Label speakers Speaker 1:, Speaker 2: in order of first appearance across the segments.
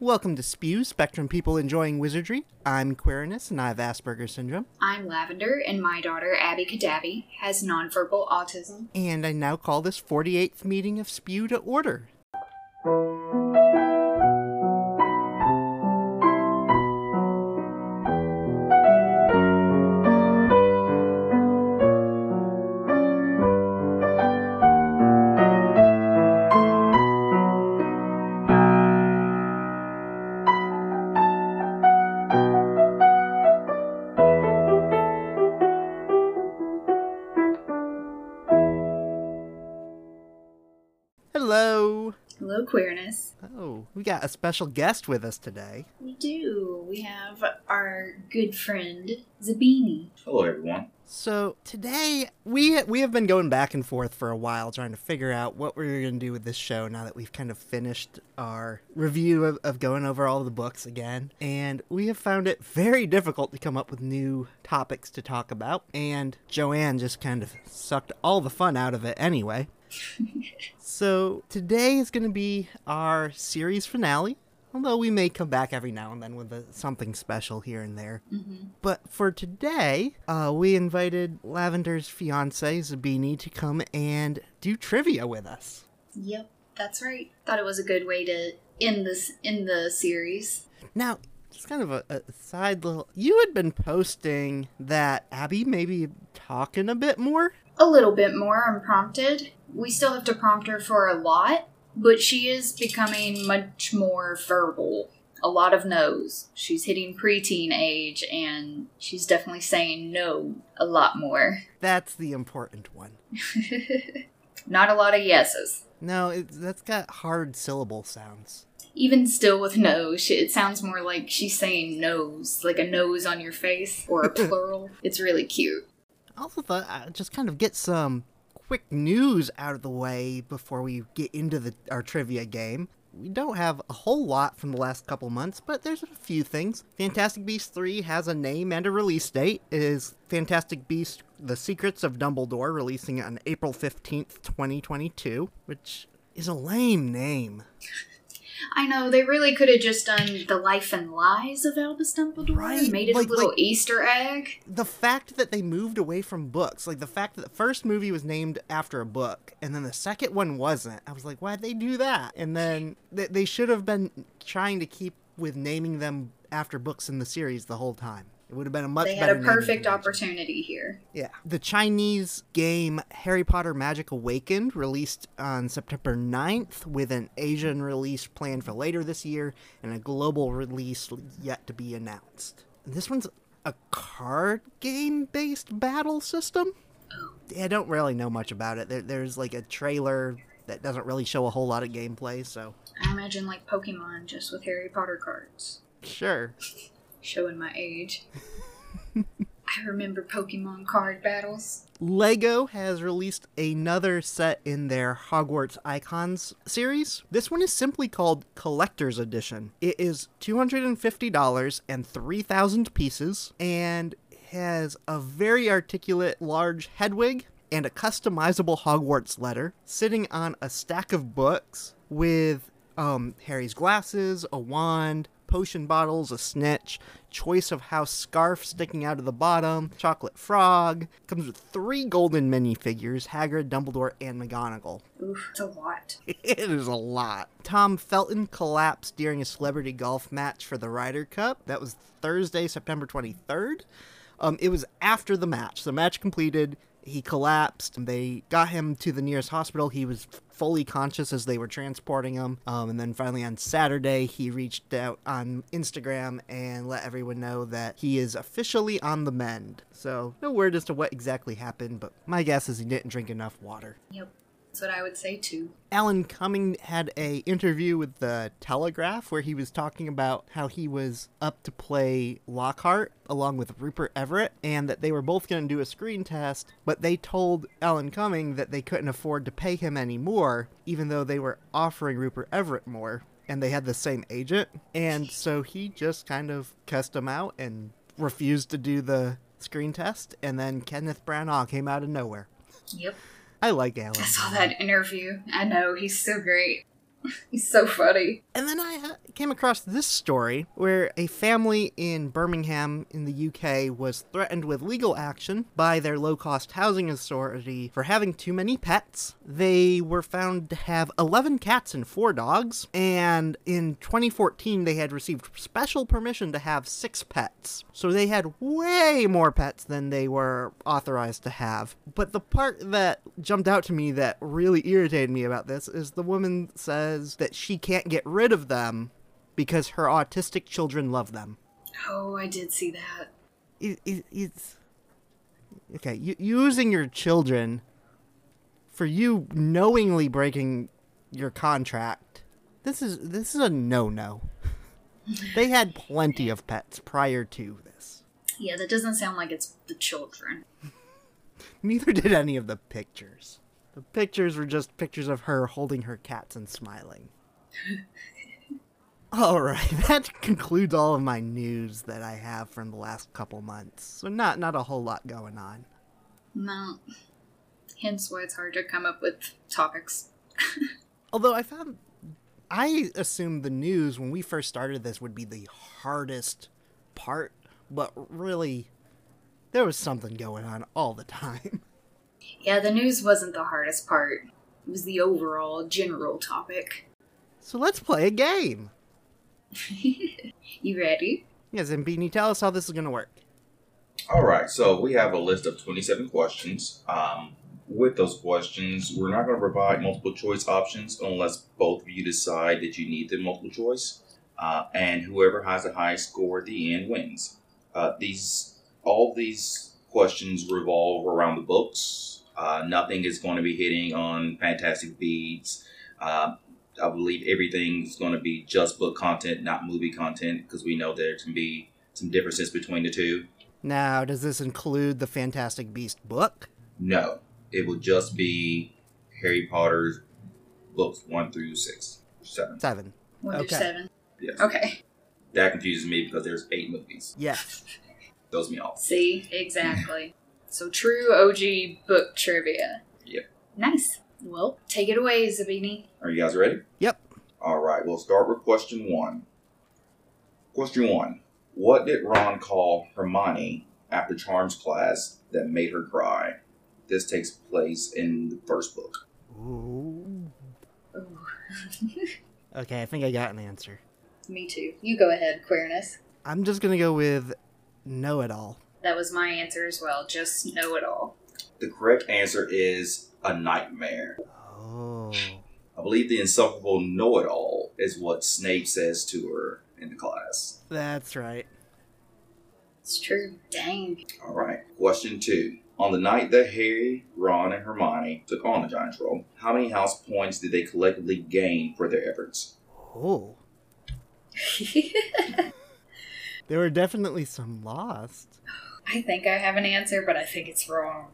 Speaker 1: Welcome to Spew, Spectrum People Enjoying Wizardry. I'm Quirinus and I have Asperger's Syndrome,
Speaker 2: I'm Lavender, and my daughter, Abby Kadabi, has nonverbal autism.
Speaker 1: and I now call this 48th meeting of Spew to order. Hello!
Speaker 2: Hello, queerness.
Speaker 1: Oh, we got a special guest with us today.
Speaker 2: We do. We have our good friend, Zabini.
Speaker 3: Hello, everyone.
Speaker 1: So today we we have been going back and forth for a while trying to figure out what we're going to do with this show now that we've kind of finished our review of, of going over all the books again and we have found it very difficult to come up with new topics to talk about and Joanne just kind of sucked all the fun out of it anyway. so today is going to be our series finale. Although we may come back every now and then with a, something special here and there. But for today, uh, we invited Lavender's fiance, Zabini, to come and do trivia with us.
Speaker 2: Yep, that's right. Thought it was a good way to end this in the series.
Speaker 1: Now, just kind of a, a side little. You had been posting that Abby maybe talking a bit more.
Speaker 2: A little bit more unprompted. We still have to prompt her for a lot, but she is becoming much more verbal. A lot of no's. She's hitting preteen age, and she's definitely saying no a lot more.
Speaker 1: That's the important one.
Speaker 2: Not a lot of yeses.
Speaker 1: No, it, that's got hard syllable sounds.
Speaker 2: Even still with no, she, it sounds more like she's saying nose, like a nose on your face or a plural. It's really cute.
Speaker 1: I also thought I'd just kind of get some quick news out of the way before we get into the, our trivia game. We don't have a whole lot from the last couple months, but there's a few things. Fantastic Beasts 3 has a name and a release date. It is Fantastic Beasts The Secrets of Dumbledore, releasing on April 15th, 2022, which is a lame name.
Speaker 2: I know they really could have just done the life and lies of Albus Dumbledore,
Speaker 1: Right,
Speaker 2: made it
Speaker 1: like-
Speaker 2: a little
Speaker 1: like-
Speaker 2: Easter egg.
Speaker 1: the fact that they moved away from books, like the fact that the first movie was named after a book and then the second one wasn't, I was like, why'd they do that? And then th- they should have been trying to keep with naming them after books in the series the whole time. It would have been a much
Speaker 2: They had
Speaker 1: better
Speaker 2: a
Speaker 1: naming
Speaker 2: perfect
Speaker 1: convention.
Speaker 2: opportunity here.
Speaker 1: Yeah. The Chinese game Harry Potter Magic Awakened released on September 9th with an Asian release planned for later this year and a global release yet to be announced. This one's a card game based battle system. I don't really know much about it. There, there's like a trailer that doesn't really show a whole lot of gameplay, so
Speaker 2: I imagine like Pokemon just with Harry Potter cards.
Speaker 1: sure.
Speaker 2: Showing my age. I remember Pokemon card battles.
Speaker 1: Lego has released another set in their Hogwarts Icons series. This one is simply called Collector's Edition. It is $250 and 3,000 pieces and has a very articulate large Hedwig and a customizable Hogwarts letter sitting on a stack of books with um, Harry's glasses, a wand, potion bottles, a snitch, choice of house scarf sticking out of the bottom, chocolate frog. Comes with three golden minifigures Hagrid, Dumbledore, and McGonagall.
Speaker 2: Oof, it's a lot.
Speaker 1: It is a lot. Tom Felton collapsed during a celebrity golf match for the Ryder Cup. That was Thursday, September 23rd. Um, it was after the match. The match completed. He collapsed. They got him to the nearest hospital. He was fully conscious as they were transporting him. Um, and then finally on Saturday, he reached out on Instagram and let everyone know that he is officially on the mend. So, no word as to what exactly happened, but my guess is he didn't drink enough water.
Speaker 2: Yep. That's what I would say too.
Speaker 1: Alan Cumming had a interview with the Telegraph where he was talking about how he was up to play Lockhart along with Rupert Everett and that they were both going to do a screen test, but they told Alan Cumming that they couldn't afford to pay him any more even though they were offering Rupert Everett more and they had the same agent. And so he just kind of cussed him out and refused to do the screen test and then Kenneth Branagh came out of nowhere.
Speaker 2: Yep.
Speaker 1: I like Alan.
Speaker 2: I saw that interview. I know, he's so great. He's so funny.
Speaker 1: And then I uh, came across this story where a family in Birmingham in the UK was threatened with legal action by their low cost housing authority for having too many pets. They were found to have 11 cats and 4 dogs, and in 2014 they had received special permission to have 6 pets. So they had way more pets than they were authorized to have. But the part that jumped out to me that really irritated me about this is the woman says that she can't get rid of them because her autistic children love them.
Speaker 2: Oh, I did see that.
Speaker 1: It, it, it's okay. You, using your children for you knowingly breaking your contract. This is this is a no-no. they had plenty of pets prior to this.
Speaker 2: Yeah, that doesn't sound like it's the children.
Speaker 1: Neither did any of the pictures. The pictures were just pictures of her holding her cats and smiling. all right, that concludes all of my news that I have from the last couple months. So not not a whole lot going on.
Speaker 2: No. Hence why it's hard to come up with topics.
Speaker 1: Although I found I assumed the news when we first started this would be the hardest part, but really there was something going on all the time.
Speaker 2: Yeah, the news wasn't the hardest part. It was the overall general topic.
Speaker 1: So let's play a game.
Speaker 2: You ready?
Speaker 1: Yes, and Beanie, tell us how this is going to work.
Speaker 3: All right, so we have a list of 27 questions. Um, with those questions, we're not going to provide multiple choice options unless both of you decide that you need the multiple choice. Uh, and whoever has the highest score at the end wins. Uh, these all these questions revolve around the books. Uh, nothing is going to be hitting on Fantastic Beasts. Uh, I believe everything's going to be just book content, not movie content, because we know there can be some differences between the two.
Speaker 1: Now, does this include the Fantastic Beast book?
Speaker 3: No, it will just be Harry Potter's books one through six, seven.
Speaker 1: Seven.
Speaker 2: One
Speaker 1: Okay.
Speaker 2: through seven.
Speaker 3: Yes.
Speaker 2: Okay.
Speaker 3: That confuses me because there's eight movies.
Speaker 1: Yes.
Speaker 3: Throws me off.
Speaker 2: See, exactly. so true OG book trivia.
Speaker 3: Yep.
Speaker 2: Nice. Well, take it away, Zabini.
Speaker 3: Are you guys ready?
Speaker 1: Yep.
Speaker 3: All right, we'll start with question one. Question one What did Ron call Hermione after Charms class that made her cry? This takes place in the first book.
Speaker 1: Ooh.
Speaker 2: Ooh,
Speaker 1: Okay, I think I got an answer.
Speaker 2: me too. You go ahead, queerness.
Speaker 1: I'm just going to go with know it all.
Speaker 2: That was my answer as well. Just know it all.
Speaker 3: The correct answer is a nightmare.
Speaker 1: Oh.
Speaker 3: I believe the insufferable know it all is what Snape says to her in the class.
Speaker 1: That's right.
Speaker 2: It's true. Dang.
Speaker 3: All right, question two. On the night that Harry, Ron, and Hermione took on the Giant's role, how many house points did they collectively gain for their efforts?
Speaker 1: Oh. There were definitely some lost.
Speaker 2: I think I have an answer, but I think it's wrong.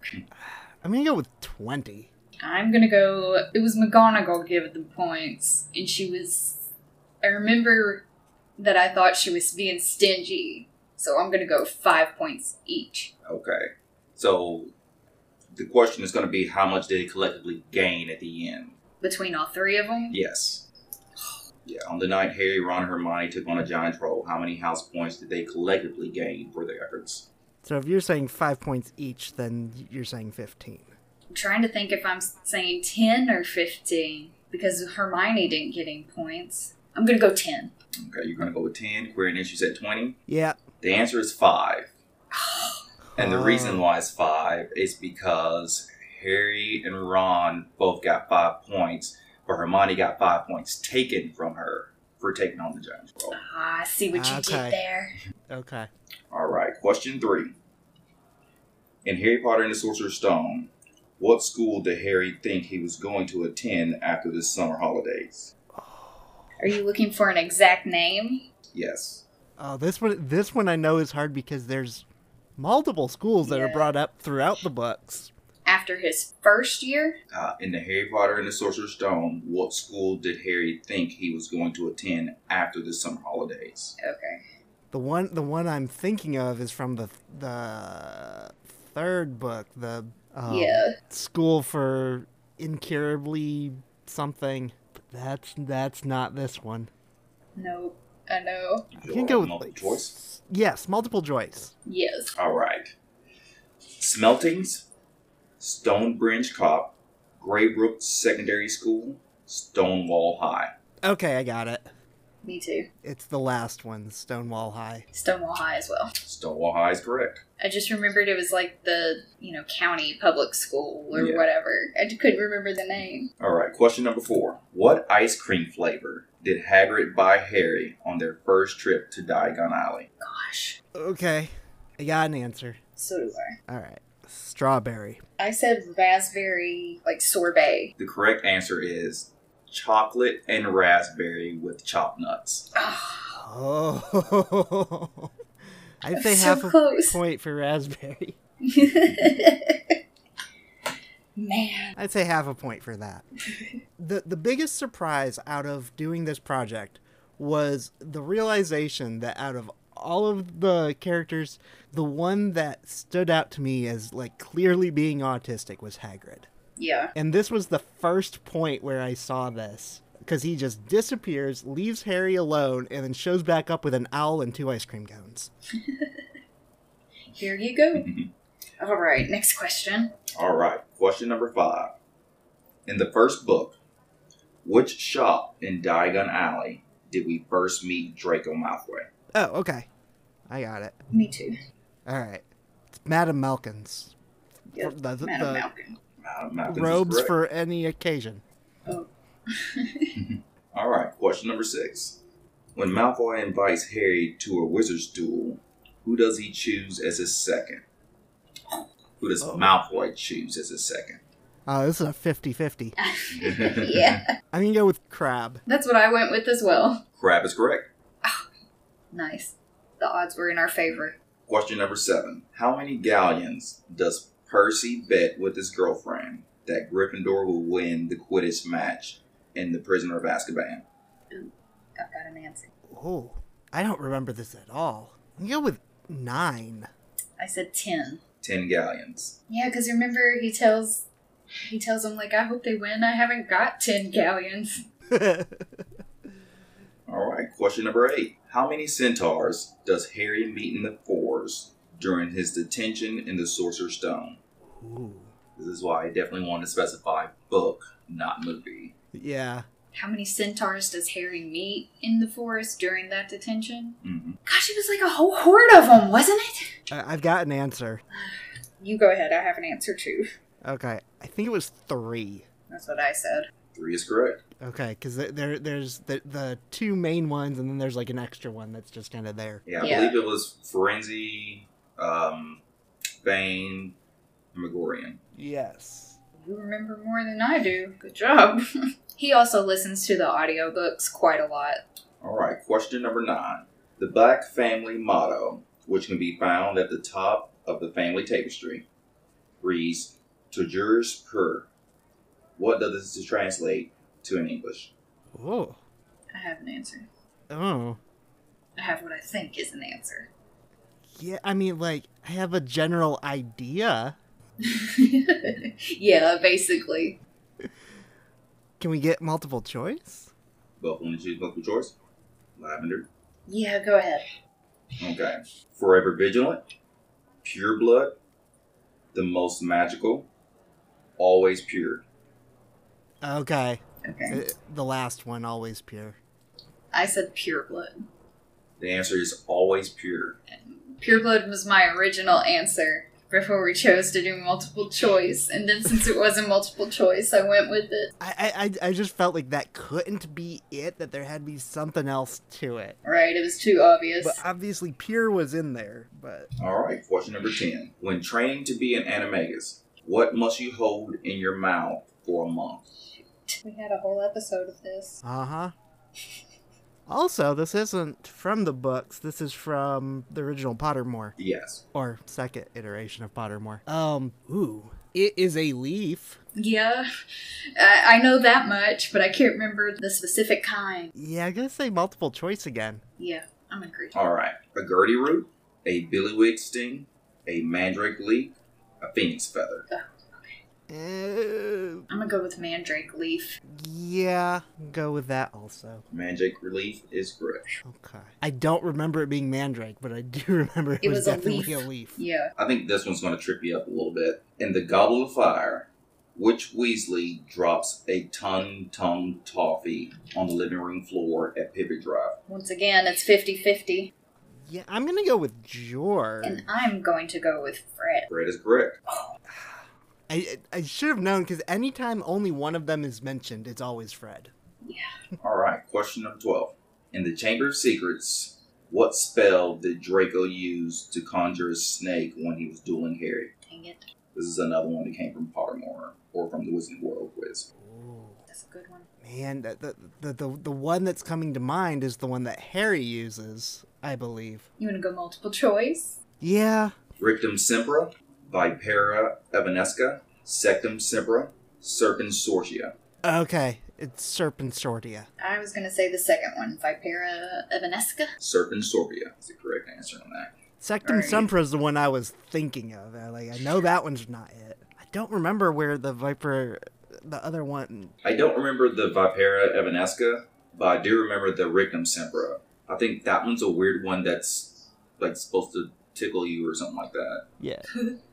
Speaker 1: I'm going to go with 20.
Speaker 2: I'm gonna go. It was McGonagall gave the points, and she was. I remember that I thought she was being stingy, so I'm gonna go five points each.
Speaker 3: Okay. So the question is going to be how much did it collectively gain at the end?
Speaker 2: Between all three of them,
Speaker 3: Yes. Yeah, on the night Harry, Ron, and Hermione took on a giant role, how many house points did they collectively gain for their efforts?
Speaker 1: So if you're saying five points each, then you're saying 15.
Speaker 2: I'm trying to think if I'm saying 10 or 15, because Hermione didn't get any points. I'm gonna go 10.
Speaker 3: Okay, you're going to go with 10. Queerness, you said 20.
Speaker 1: Yep.
Speaker 3: The answer is 5. And the
Speaker 1: Oh.
Speaker 3: reason why it's 5 is because Harry and Ron both got 5 points, but Hermione got 5 points taken from her for taking on the giant role.
Speaker 2: Ah, I see what you
Speaker 1: Okay.
Speaker 2: did there.
Speaker 1: Oh. Okay.
Speaker 3: All right, question three. In Harry Potter and the Sorcerer's Stone, what school did Harry think he was going to attend after the summer holidays?
Speaker 2: Are you looking for an exact name?
Speaker 3: Yes.
Speaker 1: Oh, this one this one I know is hard because there's multiple schools that are
Speaker 2: Yeah.
Speaker 1: brought up throughout the books.
Speaker 2: After his first year?
Speaker 3: Uh, in the Harry Potter and the Sorcerer's Stone, what school did Harry think he was going to attend after the summer holidays?
Speaker 2: Okay.
Speaker 1: The one the one I'm thinking of is from the the third book, the um,
Speaker 2: Yeah.
Speaker 1: school for incurably something. But That's that's not this one.
Speaker 2: Nope. I know.
Speaker 1: You can go with
Speaker 3: multiple
Speaker 1: like,
Speaker 3: choice.
Speaker 1: s- Yes, multiple choice.
Speaker 2: Yes.
Speaker 3: All right. Smeltings, Stonebridge Cop, Graybrook Secondary School, Stonewall High.
Speaker 1: Okay, I got it.
Speaker 2: Me too.
Speaker 1: It's the last one, Stonewall High.
Speaker 2: Stonewall High as well.
Speaker 3: Stonewall High is correct.
Speaker 2: I just remembered it was like the, you know, county public school or
Speaker 3: Yeah.
Speaker 2: whatever. I just couldn't remember the name.
Speaker 3: All right. Question number four. What ice cream flavor did Hagrid buy Harry on their first trip to Diagon Alley?
Speaker 2: Gosh.
Speaker 1: Okay, I got an answer.
Speaker 2: So do I.
Speaker 1: All right, strawberry.
Speaker 2: I said raspberry, like sorbet.
Speaker 3: The correct answer is chocolate and raspberry with chopped nuts.
Speaker 2: Ah,
Speaker 1: Oh, I'd say
Speaker 2: So
Speaker 1: half
Speaker 2: close.
Speaker 1: a point for raspberry.
Speaker 2: Man.
Speaker 1: I'd say half a point for that. the The biggest surprise out of doing this project was the realization that out of all of the characters, the one that stood out to me as like clearly being autistic was Hagrid.
Speaker 2: Yeah.
Speaker 1: And this was the first point where I saw this because he just disappears, leaves Harry alone, and then shows back up with an owl and two ice cream cones.
Speaker 2: Here you go. All right. Next question.
Speaker 3: All right. Question number five. In the first book, which shop in Diagon Alley did we first meet Draco Malfoy?
Speaker 1: Oh, okay. I got it.
Speaker 2: Me too.
Speaker 1: All right. It's Madame Malkin's.
Speaker 2: Yep.
Speaker 1: The- the-
Speaker 2: Madam
Speaker 1: the-
Speaker 2: Malkin.
Speaker 3: Uh, Malcolm's is
Speaker 1: robes
Speaker 3: correct.
Speaker 1: for any occasion.
Speaker 2: Oh.
Speaker 3: All right. Question number six. When Malfoy invites Harry to a wizard's duel, who does he choose as his second? Who does
Speaker 1: Oh.
Speaker 3: Malfoy choose as his second?
Speaker 1: Oh, this is a 50 50.
Speaker 2: yeah.
Speaker 1: I'm going to go with crab.
Speaker 2: That's what I went with as well.
Speaker 3: Crab is correct.
Speaker 2: Nice. The odds were in our favor.
Speaker 3: Question number seven. How many galleons does Percy bet with his girlfriend that Gryffindor will win the Quidditch match in The Prisoner of Azkaban?
Speaker 2: I've got an answer.
Speaker 1: Oh, I don't remember this at all. I'm going to go with nine.
Speaker 2: I said ten.
Speaker 3: Ten galleons.
Speaker 2: Yeah, because remember he tells he tells him like, I hope they win. I haven't got ten galleons.
Speaker 3: All right. Question number eight. How many centaurs does Harry meet in the Fours during his detention in the Sorcerer's Stone?
Speaker 1: Ooh.
Speaker 3: This is why I definitely want to specify book, not movie.
Speaker 1: Yeah.
Speaker 2: How many centaurs does Harry meet in the forest during that detention?
Speaker 3: hmm
Speaker 2: Gosh, it was like a whole horde of them, wasn't it?
Speaker 1: I- I've got an answer.
Speaker 2: You go ahead. I have an answer too.
Speaker 1: Okay. I think it was three.
Speaker 2: That's what I said.
Speaker 3: Three is correct.
Speaker 1: Okay, because there, there's the, the two main ones, and then there's like an extra one that's just kind of there.
Speaker 3: Yeah, I
Speaker 2: Yeah.
Speaker 3: believe it was Frenzy, um, Bane, and Megorian.
Speaker 1: Yes.
Speaker 2: You remember more than I do. Good job. he also listens to the audiobooks quite a lot.
Speaker 3: All right, question number nine. The Black family motto, which can be found at the top of the family tapestry, reads Toujours pur. What does this translate to in English?
Speaker 1: Oh.
Speaker 2: I have an answer.
Speaker 1: Oh.
Speaker 2: I have what I think is an answer.
Speaker 1: Yeah, I mean, like, I have a general idea.
Speaker 2: yeah, basically.
Speaker 1: Can we get multiple choice?
Speaker 3: Welcome to choose multiple choice. Lavender.
Speaker 2: Yeah, go ahead.
Speaker 3: Okay. Forever vigilant. Pure blood. The most magical. Always pure.
Speaker 1: Okay.
Speaker 2: Okay.
Speaker 1: Uh, the last one, always pure.
Speaker 2: I said pure blood.
Speaker 3: The answer is always pure.
Speaker 2: Pure blood was my original answer before we chose to do multiple choice, and then since it wasn't multiple choice, I went with it.
Speaker 1: I, I, I- I just felt like that couldn't be it, that there had to be something else to it.
Speaker 2: Right, it was too obvious.
Speaker 1: But obviously, pure was in there, but.
Speaker 3: All right, question number 10. When training to be an animagus, what must you hold in your mouth for a month?
Speaker 2: We had a whole episode of this.
Speaker 1: Uh huh. Also, this isn't from the books. This is from the original Pottermore.
Speaker 3: Yes.
Speaker 1: or second iteration of Pottermore. Um, ooh, it is a leaf.
Speaker 2: Yeah, I, I know that much, but I can't remember the specific kind.
Speaker 1: Yeah, I'm gonna say multiple choice again.
Speaker 2: Yeah, I'm agreed.
Speaker 3: All right. A gurdy root, a billywig sting, a mandrake leaf, a phoenix feather.
Speaker 1: Uh,
Speaker 2: I'm gonna go with Mandrake Leaf.
Speaker 1: yeah, go with that also.
Speaker 3: Magic Relief is correct.
Speaker 1: Okay. I don't remember it being mandrake, but I do remember it,
Speaker 2: It
Speaker 1: was,
Speaker 2: was a
Speaker 1: definitely a
Speaker 2: leaf.
Speaker 1: leaf.
Speaker 2: Yeah.
Speaker 3: I think this one's going to trip you up a little bit. In the Goblet of Fire, which Weasley drops a ton ton toffee on the living room floor at Pivot Drive?
Speaker 2: Once again, it's 50 50.
Speaker 1: Yeah, I'm gonna go with Jor.
Speaker 2: And I'm going to go with Fred.
Speaker 3: Fred is correct.
Speaker 1: I I should have known because anytime only one of them is mentioned, it's always Fred.
Speaker 3: All right, question number 12. In the Chamber of Secrets, what spell did Draco use to conjure a snake when he was dueling Harry?
Speaker 2: Dang it.
Speaker 3: This is another one that came from Pottermore or from the Wizarding World quiz.
Speaker 1: Ooh.
Speaker 2: That's a good one.
Speaker 1: Man, the, the the the the one that's coming to mind is the one that Harry uses, I believe.
Speaker 2: You want to go multiple choice?
Speaker 1: Yeah.
Speaker 3: Rictum Sempra, Vipera Evanesca, Sectum Sempra, Circum Sortia.
Speaker 1: Okay, it's Serpent Sortia.
Speaker 2: I was going to say the second one, Vipera Evanesca.
Speaker 3: Serpent Sorbia is the correct answer on that.
Speaker 1: Sectum
Speaker 3: Alright.
Speaker 1: Sempra is the one I was thinking of. I, like I know that one's not it. I don't remember where the Viper, the other one.
Speaker 3: I don't remember the Vipera Evanesca, but I do remember the Rictum Sempra. I think that one's a weird one that's like supposed to tickle you or something like that.
Speaker 1: Yeah.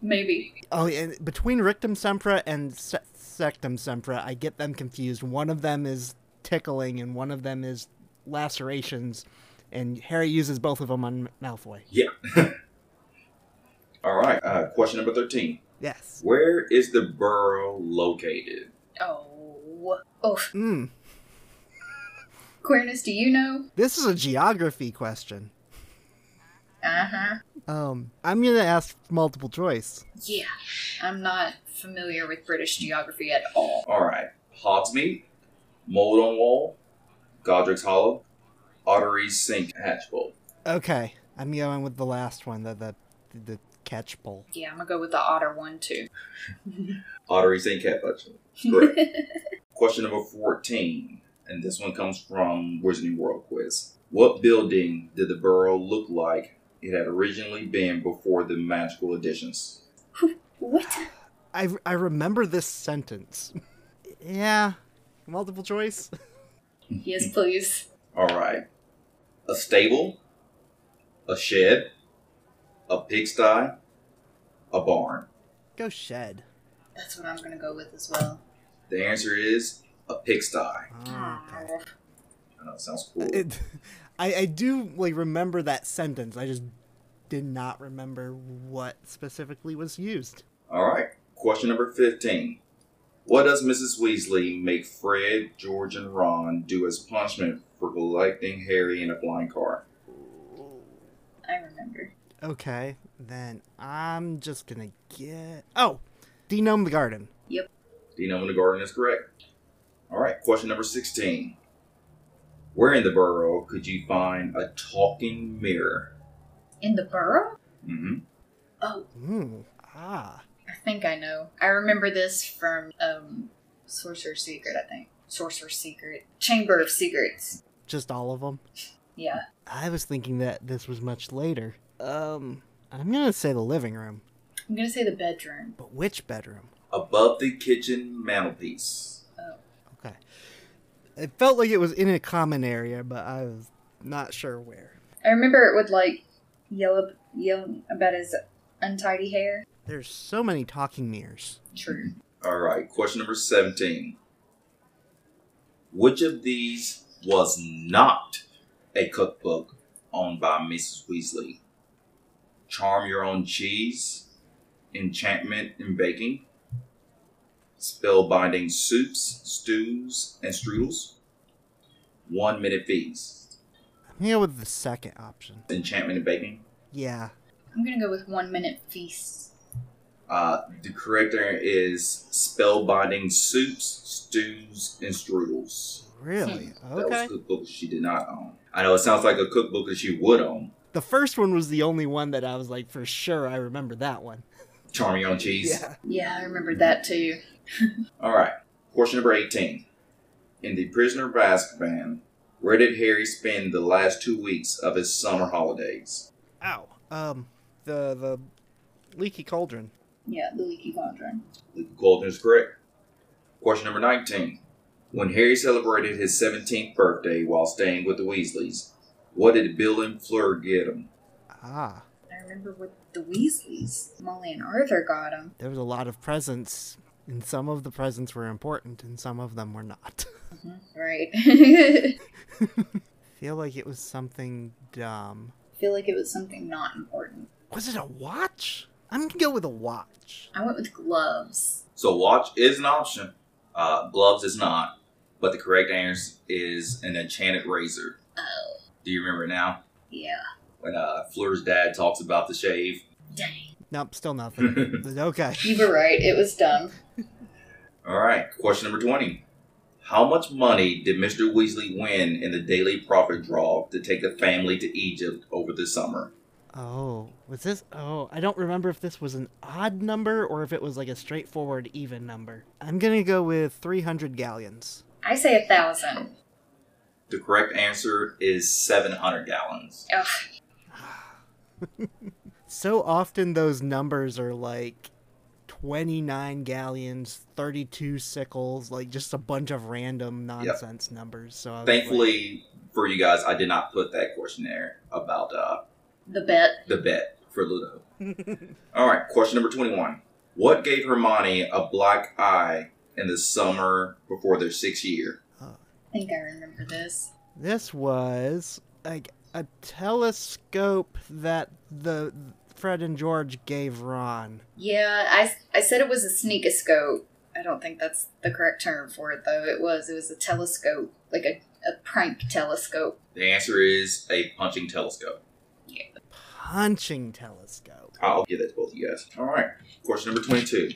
Speaker 2: Maybe.
Speaker 1: Oh, and between Rictum Sempra and Se- Sectum Sempra, I get them confused. One of them is tickling, and one of them is lacerations, and Harry uses both of them on Malfoy.
Speaker 3: All right, uh, question number 13.
Speaker 1: Yes.
Speaker 3: Where is the borough located?
Speaker 2: Oh. Oh.
Speaker 1: Mm.
Speaker 2: Queerness, do you know?
Speaker 1: This is a geography question.
Speaker 2: Uh huh.
Speaker 1: Um, I'm gonna ask multiple choice.
Speaker 2: Yeah. I'm not familiar with British geography at all.
Speaker 3: All right, Hogsmeade, Mold on Wall, Godric's Hollow, Ottery's Sink, Hatchbowl.
Speaker 1: Okay, I'm going with the last one, the the the catch bowl.
Speaker 2: Yeah, I'm going to go with the otter one, too.
Speaker 3: Ottery's Sink, Hatchbowl. Correct. Question number 14, and this one comes from Wizarding World Quiz. What building did the borough look like it had originally been before the magical additions?
Speaker 2: what?
Speaker 1: I I remember this sentence. yeah, multiple choice.
Speaker 2: Yes, please.
Speaker 3: All right. A stable, a shed, a pigsty, a barn.
Speaker 1: Go shed.
Speaker 2: That's what I'm going to go with as well.
Speaker 3: The answer is a pigsty.
Speaker 1: Ah, okay.
Speaker 2: Oh.
Speaker 3: I know it sounds cool.
Speaker 1: it, I, I do like remember that sentence. I just did not remember what specifically was used.
Speaker 3: All right. Question number 15. What does Mrs. Weasley make Fred, George, and Ron do as punishment for collecting Harry in a blind car?
Speaker 2: I remember.
Speaker 1: Okay, then I'm just gonna get oh, denome the garden.
Speaker 3: Do you know when the garden is correct? All right. Question number 16. Where in the borough could you find a talking mirror?
Speaker 2: In the burrow?
Speaker 3: hmm
Speaker 2: Oh,
Speaker 1: Mm, ah,
Speaker 2: I think I know. I remember this from um, Sorcerer's Secret, I think. Sorcerer's Secret. Chamber of Secrets.
Speaker 1: just all of them.
Speaker 2: Yeah.
Speaker 1: I was thinking that this was much later. Um, I'm gonna say the living room,
Speaker 2: I'm going to say the bedroom.
Speaker 1: but which bedroom?
Speaker 3: Above the kitchen mantelpiece.
Speaker 2: Oh.
Speaker 1: Okay, it felt like it was in a common area, but I was not sure where.
Speaker 2: I remember it would, like, yell, ab- yell about his untidy hair.
Speaker 1: There's so many talking mirrors.
Speaker 2: True.
Speaker 3: All right. Question number 17. Which of these was not a cookbook owned by Mrs. Weasley? Charm Your Own Cheese, Enchantment in Baking, Spellbinding Soups, Stews, and Strudels, One Minute Feast.
Speaker 1: I'm gonna go with the second option.
Speaker 3: Enchantment in Baking.
Speaker 1: Yeah.
Speaker 2: I'm going to go with One Minute Feast.
Speaker 3: Uh, the correct answer is Spellbinding Soups, Stews, and Strudels.
Speaker 1: Really?
Speaker 3: That
Speaker 1: Okay.
Speaker 3: was cookbook she did not own. I know it sounds like a cookbook that she would own.
Speaker 1: The first one was the only one that I was like, for sure, I remember that one.
Speaker 3: Charm your own cheese.
Speaker 2: Yeah, I remembered that too.
Speaker 3: All right. Question number 18. In The Prisoner of Azkaban, where did Harry spend the last two weeks of his summer holidays?
Speaker 1: Ow. Um, the the leaky cauldron.
Speaker 2: Yeah, the leaky cauldron.
Speaker 3: Golden is correct. Question number 19. When Harry celebrated his 17th birthday while staying with the Weasleys, what did Bill and Fleur get him?
Speaker 1: Ah,
Speaker 2: I remember with the Weasleys, Molly and Arthur got them.
Speaker 1: there was a lot of presents, and some of the presents were important, and some of them were not.
Speaker 2: Right. I
Speaker 1: Feel like it was something dumb.
Speaker 2: feel like it was something not important.
Speaker 1: Was it a watch? I'm gonna go with a watch.
Speaker 2: I went with gloves.
Speaker 3: So watch is an option. Uh, gloves is not. But the correct answer is an enchanted razor.
Speaker 2: Oh,
Speaker 3: Do you remember now?
Speaker 2: yeah.
Speaker 3: When uh, Fleur's dad talks about the shave.
Speaker 2: Dang.
Speaker 1: Nope, still nothing. But okay.
Speaker 2: You were right. It was dumb.
Speaker 3: All right, question number 20. How much money did Mr. Weasley win in the daily profit draw to take the family to Egypt over the summer?
Speaker 1: Oh, was this? Oh, I don't remember if this was an odd number or if it was like a straightforward even number. I'm gonna go with 300 galleons.
Speaker 2: I say a thousand.
Speaker 3: The correct answer is 700 gallons.
Speaker 2: Ugh.
Speaker 1: So often those numbers are like 29 galleons, 32 sickles, like just a bunch of random nonsense numbers. So I was like-
Speaker 3: Thankfully for you guys, I did not put that question there about uh,
Speaker 2: The bet.
Speaker 3: the bet for Ludo. All right, question number 21. What gave Hermione a black eye in the summer before their sixth year?
Speaker 2: I think I remember this.
Speaker 1: This was like a telescope that the Fred and George gave Ron.
Speaker 2: Yeah, I, I said it was a sneakoscope. I don't think that's the correct term for it, though. It was. It was a telescope, like a, a prank telescope.
Speaker 3: The answer is a punching telescope.
Speaker 1: Punching telescope.
Speaker 3: I'll give that to both of you guys. All right. Question number 22.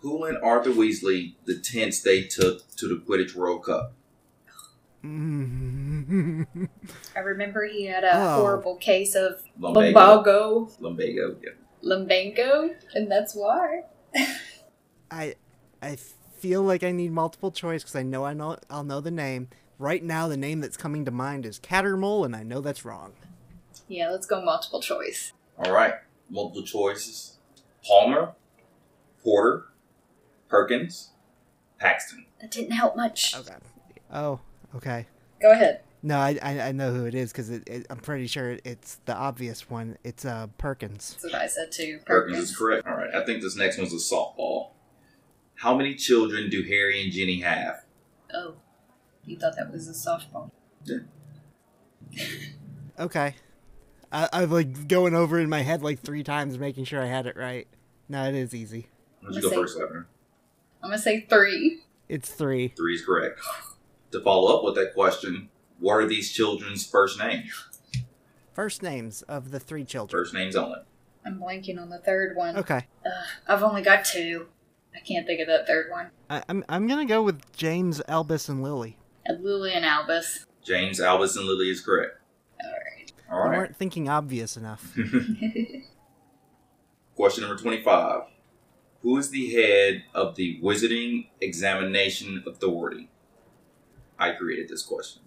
Speaker 3: Who lent Arthur Weasley the tents they took to the Quidditch World Cup?
Speaker 1: Mm.
Speaker 2: I remember he had a
Speaker 1: Oh.
Speaker 2: horrible case of
Speaker 3: Lumbago.
Speaker 2: lumbago.
Speaker 3: Lumbago, yeah.
Speaker 2: Lumbango, and that's why.
Speaker 1: I I feel like I need multiple choice because I know I know I'll know the name. Right now, the name that's coming to mind is Cattermole, and I know that's wrong.
Speaker 2: Yeah, let's go multiple choice.
Speaker 3: All right. Multiple choices. Palmer, Porter, Perkins, Paxton.
Speaker 2: That didn't help much.
Speaker 1: Okay. Oh, okay.
Speaker 2: Go ahead.
Speaker 1: No, I I, I know who it is because it, it, I'm pretty sure it's the obvious one. It's uh Perkins.
Speaker 2: That's what I said too.
Speaker 3: Perkins is correct. All right. I think this next one's a softball. How many children do Harry and Ginny have?
Speaker 2: Oh, you thought that was a softball.
Speaker 1: Okay. I, I'm like going over in my head like three times, making sure I had it right. No, it is easy.
Speaker 3: Let's go
Speaker 2: Let's see.
Speaker 3: first, Evan.
Speaker 2: I'm gonna say three.
Speaker 1: It's three.
Speaker 3: Three is correct. To follow up with that question, what are these children's first names?
Speaker 1: First names of the three children.
Speaker 3: First names only.
Speaker 2: I'm blanking on the third one.
Speaker 1: Okay.
Speaker 2: Ugh, I've only got two. I can't think of that third one.
Speaker 1: I, I'm I'm gonna go with James, Elbus, and Lily.
Speaker 2: Uh, Lily and Albus.
Speaker 3: James, Albus, and Lily is correct.
Speaker 2: All right.
Speaker 3: All
Speaker 1: I
Speaker 3: right.
Speaker 1: weren't thinking obvious enough.
Speaker 3: Question number 25. Who is the head of the Wizarding Examination Authority? I created this question.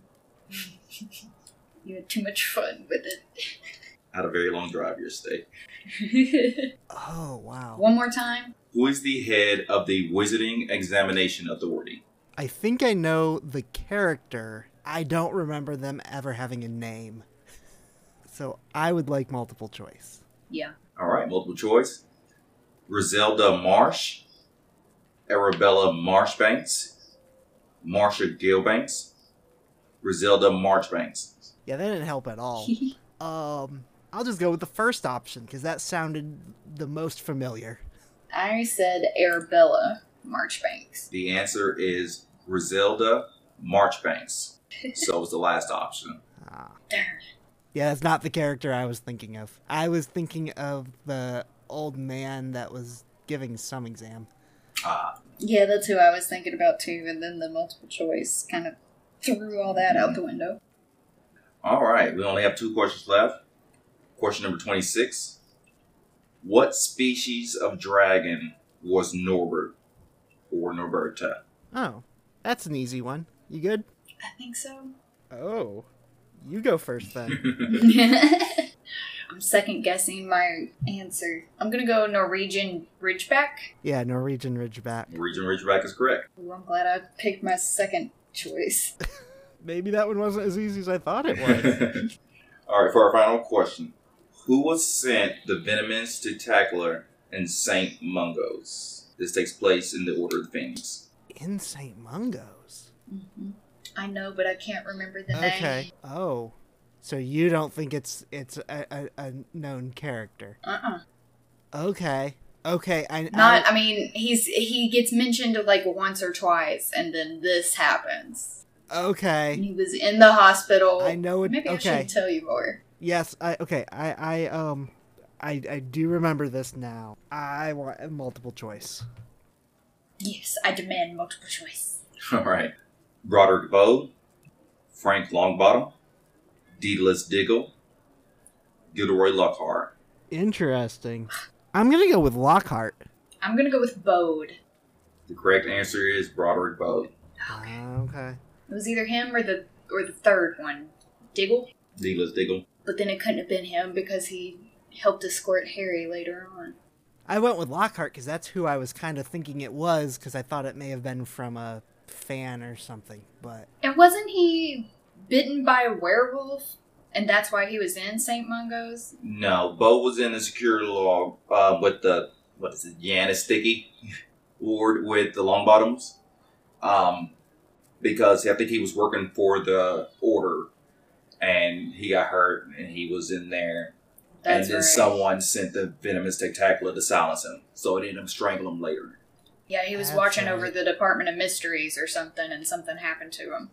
Speaker 2: You had too much fun with
Speaker 3: Had a very long drive yesterday.
Speaker 2: it.
Speaker 1: oh wow.
Speaker 2: one more time.
Speaker 3: Who is the head of the Wizarding Examination Authority?
Speaker 1: I think I know the character. I don't remember them ever having a name. So I would like multiple choice.
Speaker 2: Yeah.
Speaker 3: All right, multiple choice. Griselda Marsh, Arabella Marshbanks, Marsha Gilbanks, Griselda Marchbanks.
Speaker 1: Yeah, that didn't help at all. um, I'll just go with the first option because that sounded the most familiar.
Speaker 2: I said Arabella Marchbanks.
Speaker 3: The answer is Griselda Marchbanks. so was the last option.
Speaker 1: Ah.
Speaker 2: Darn.
Speaker 1: Yeah, that's not the character I was thinking of. I was thinking of the old man that was giving some exam.
Speaker 3: Ah,
Speaker 2: Yeah, that's who I was thinking about too. And then the multiple choice kind of threw all that out the window.
Speaker 3: all right. We only have two questions left. Question number 26. What species of dragon was Norbert or Norberta?
Speaker 1: Oh, that's an easy one. You good?
Speaker 2: I think so.
Speaker 1: Oh, you go first then.
Speaker 2: I'm I'm second guessing my answer. I'm gonna go Norwegian Ridgeback.
Speaker 1: Yeah, Norwegian Ridgeback.
Speaker 3: Region Ridgeback is correct.
Speaker 2: Ooh, I'm glad I picked my second choice.
Speaker 1: Maybe that one wasn't as easy as I thought it was.
Speaker 3: All right, for our final question. Who was sent the Venomous to Tackler and Saint Mungo's? This takes place in the Order of Phoenix.
Speaker 1: In St. Mungo's.
Speaker 2: Mhm. I know, but I can't remember the
Speaker 1: Okay.
Speaker 2: name.
Speaker 1: Oh. So you don't think it's it's a, a, a known character?
Speaker 2: Uh-uh.
Speaker 1: Okay. Okay. I,
Speaker 2: Not. I mean, he's he gets mentioned like once or twice, and then this happens.
Speaker 1: I. Okay.
Speaker 2: He was in the hospital.
Speaker 1: I know it.
Speaker 2: Maybe I
Speaker 1: okay.
Speaker 2: should tell you more.
Speaker 1: Yes, I okay. I I um I I do remember this now. I want a multiple choice.
Speaker 2: Yes, I demand multiple choice.
Speaker 3: All right. Broderick Bowe, Frank Longbottom, Deedless Diggle, Gilderoy Lockhart.
Speaker 1: Interesting. I'm going to go with Lockhart.
Speaker 2: I'm gonna go with Bode.
Speaker 3: The correct answer is Broderick Bowe.
Speaker 1: Okay.
Speaker 2: It was either him or the or the third one, Diggle.
Speaker 3: Deedless Diggle.
Speaker 2: But then it couldn't have been him because he helped escort Harry later on.
Speaker 1: I went with Lockhart cuz that's who I was kind of thinking it was cuz I thought it may have been from a fan or something, but
Speaker 2: And wasn't he bitten by a werewolf? And that's why he was in St. Mungo's?
Speaker 3: No, Bo was in the secure log uh, with the what is it, Yanis Sticky ward with the Longbottoms, um, because I think he was working for the Order, and he got hurt, and he was in there,
Speaker 2: That's
Speaker 3: and then
Speaker 2: right.
Speaker 3: someone sent the venomous tentacular to silence him, so it ended up strangling him later.
Speaker 2: Yeah, he was
Speaker 1: That's
Speaker 2: watching
Speaker 1: right.
Speaker 2: over the Department of Mysteries or something, and something happened to him.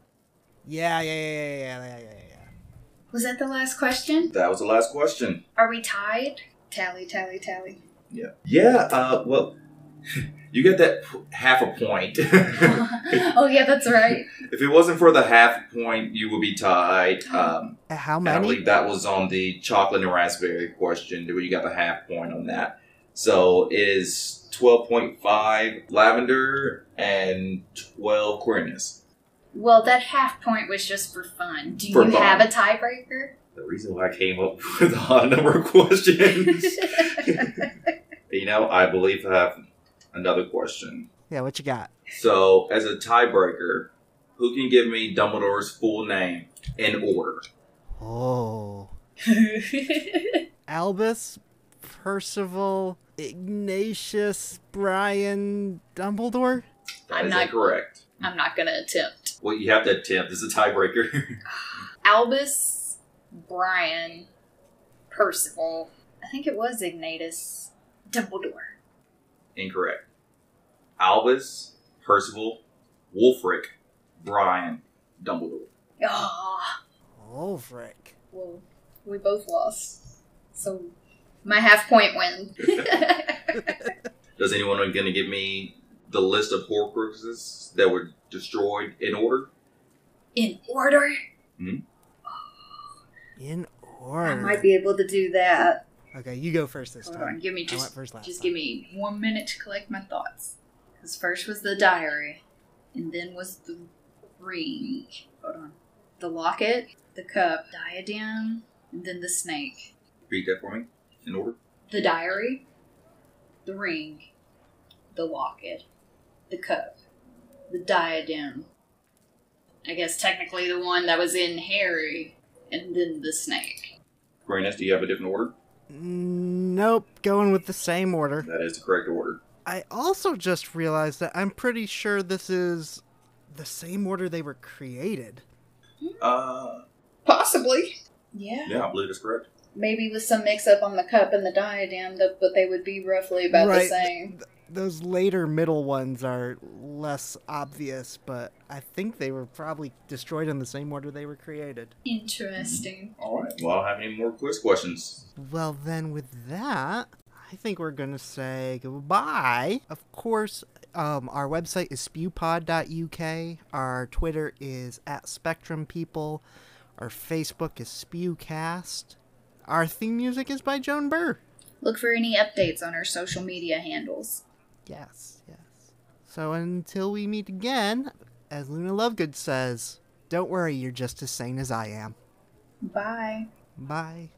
Speaker 1: yeah, yeah, yeah, yeah, yeah, yeah, yeah. yeah.
Speaker 2: Was that the last question?
Speaker 3: That was the last question.
Speaker 2: Are we tied? Tally, tally, tally.
Speaker 3: Yeah. Yeah. Uh, well, you get that p- half a point.
Speaker 2: oh, yeah, that's right.
Speaker 3: if it wasn't for the half point, you would be tied.
Speaker 2: Uh-huh.
Speaker 3: Um,
Speaker 1: Uh, How
Speaker 3: And I
Speaker 1: many?
Speaker 3: believe that was on the chocolate and raspberry question where you got the half point on that. So it is 12.5 lavender and 12 queerness.
Speaker 2: Well, that half point was just for fun. Do
Speaker 3: For
Speaker 2: you
Speaker 3: fun.
Speaker 2: have a tiebreaker?
Speaker 3: The reason why I came up with a odd number of questions. you know, I believe I have another question.
Speaker 1: Yeah, what you got?
Speaker 3: So, as a tiebreaker, who can give me Dumbledore's full name in order?
Speaker 1: Oh. Albus, Percival, Ignatius, Brian, Dumbledore?
Speaker 3: That
Speaker 2: I'm
Speaker 3: is
Speaker 2: not-
Speaker 3: incorrect.
Speaker 2: I'm not gonna attempt.
Speaker 3: Well, you have to attempt. This is a tiebreaker.
Speaker 2: Albus, Brian, Percival. I think it was Ignatus. Dumbledore.
Speaker 3: Incorrect. Albus, Percival, Wolfric, Brian, Dumbledore.
Speaker 2: Ah,
Speaker 1: Oh, frick.
Speaker 2: well, we both lost. So my half point win.
Speaker 3: Does anyone going to give me the list of Horcruxes that were destroyed in order?
Speaker 2: In order,
Speaker 1: In
Speaker 2: I
Speaker 1: order.
Speaker 2: might be able to do that.
Speaker 1: Okay, you go first this
Speaker 2: Hold
Speaker 1: time.
Speaker 2: on, give me
Speaker 1: I went
Speaker 2: just
Speaker 1: first last
Speaker 2: just
Speaker 1: time.
Speaker 2: give me one minute to collect my thoughts. Because first was the diary, and then was the ring. Hold on. The locket, the cup, diadem, and then the snake.
Speaker 3: Read that for me. In order?
Speaker 2: The diary, the ring, the locket, the cup, the diadem. I guess technically the one that was in Harry, and then the snake.
Speaker 3: Greenest, do you have a different order?
Speaker 1: Nope, going with the same order.
Speaker 3: That is the correct order.
Speaker 1: I also just realized that I'm pretty sure this is the same order they were created.
Speaker 3: Uh,
Speaker 2: Possibly. Yeah.
Speaker 3: yeah, I believe it's correct.
Speaker 2: maybe with some mix up on the cup and the diadem, that, but they would be roughly about
Speaker 1: Right.
Speaker 2: the same.
Speaker 1: Those later middle ones are less obvious, but I think they were probably destroyed in the same order they were created.
Speaker 2: Interesting.
Speaker 3: All right. Well, I don't have any more quiz questions.
Speaker 1: Well, then, with that, I think we're going to say goodbye. Of course, um, our website is spewpod.uk. Our Twitter is at Spectrum People. Our Facebook is Spewcast. Our theme music is by Joan Burr.
Speaker 2: Look for any updates on our social media handles.
Speaker 1: Yes, yes. So until we meet again, as Luna Lovegood says, don't worry, you're just as sane as I am.
Speaker 2: Bye.
Speaker 1: Bye.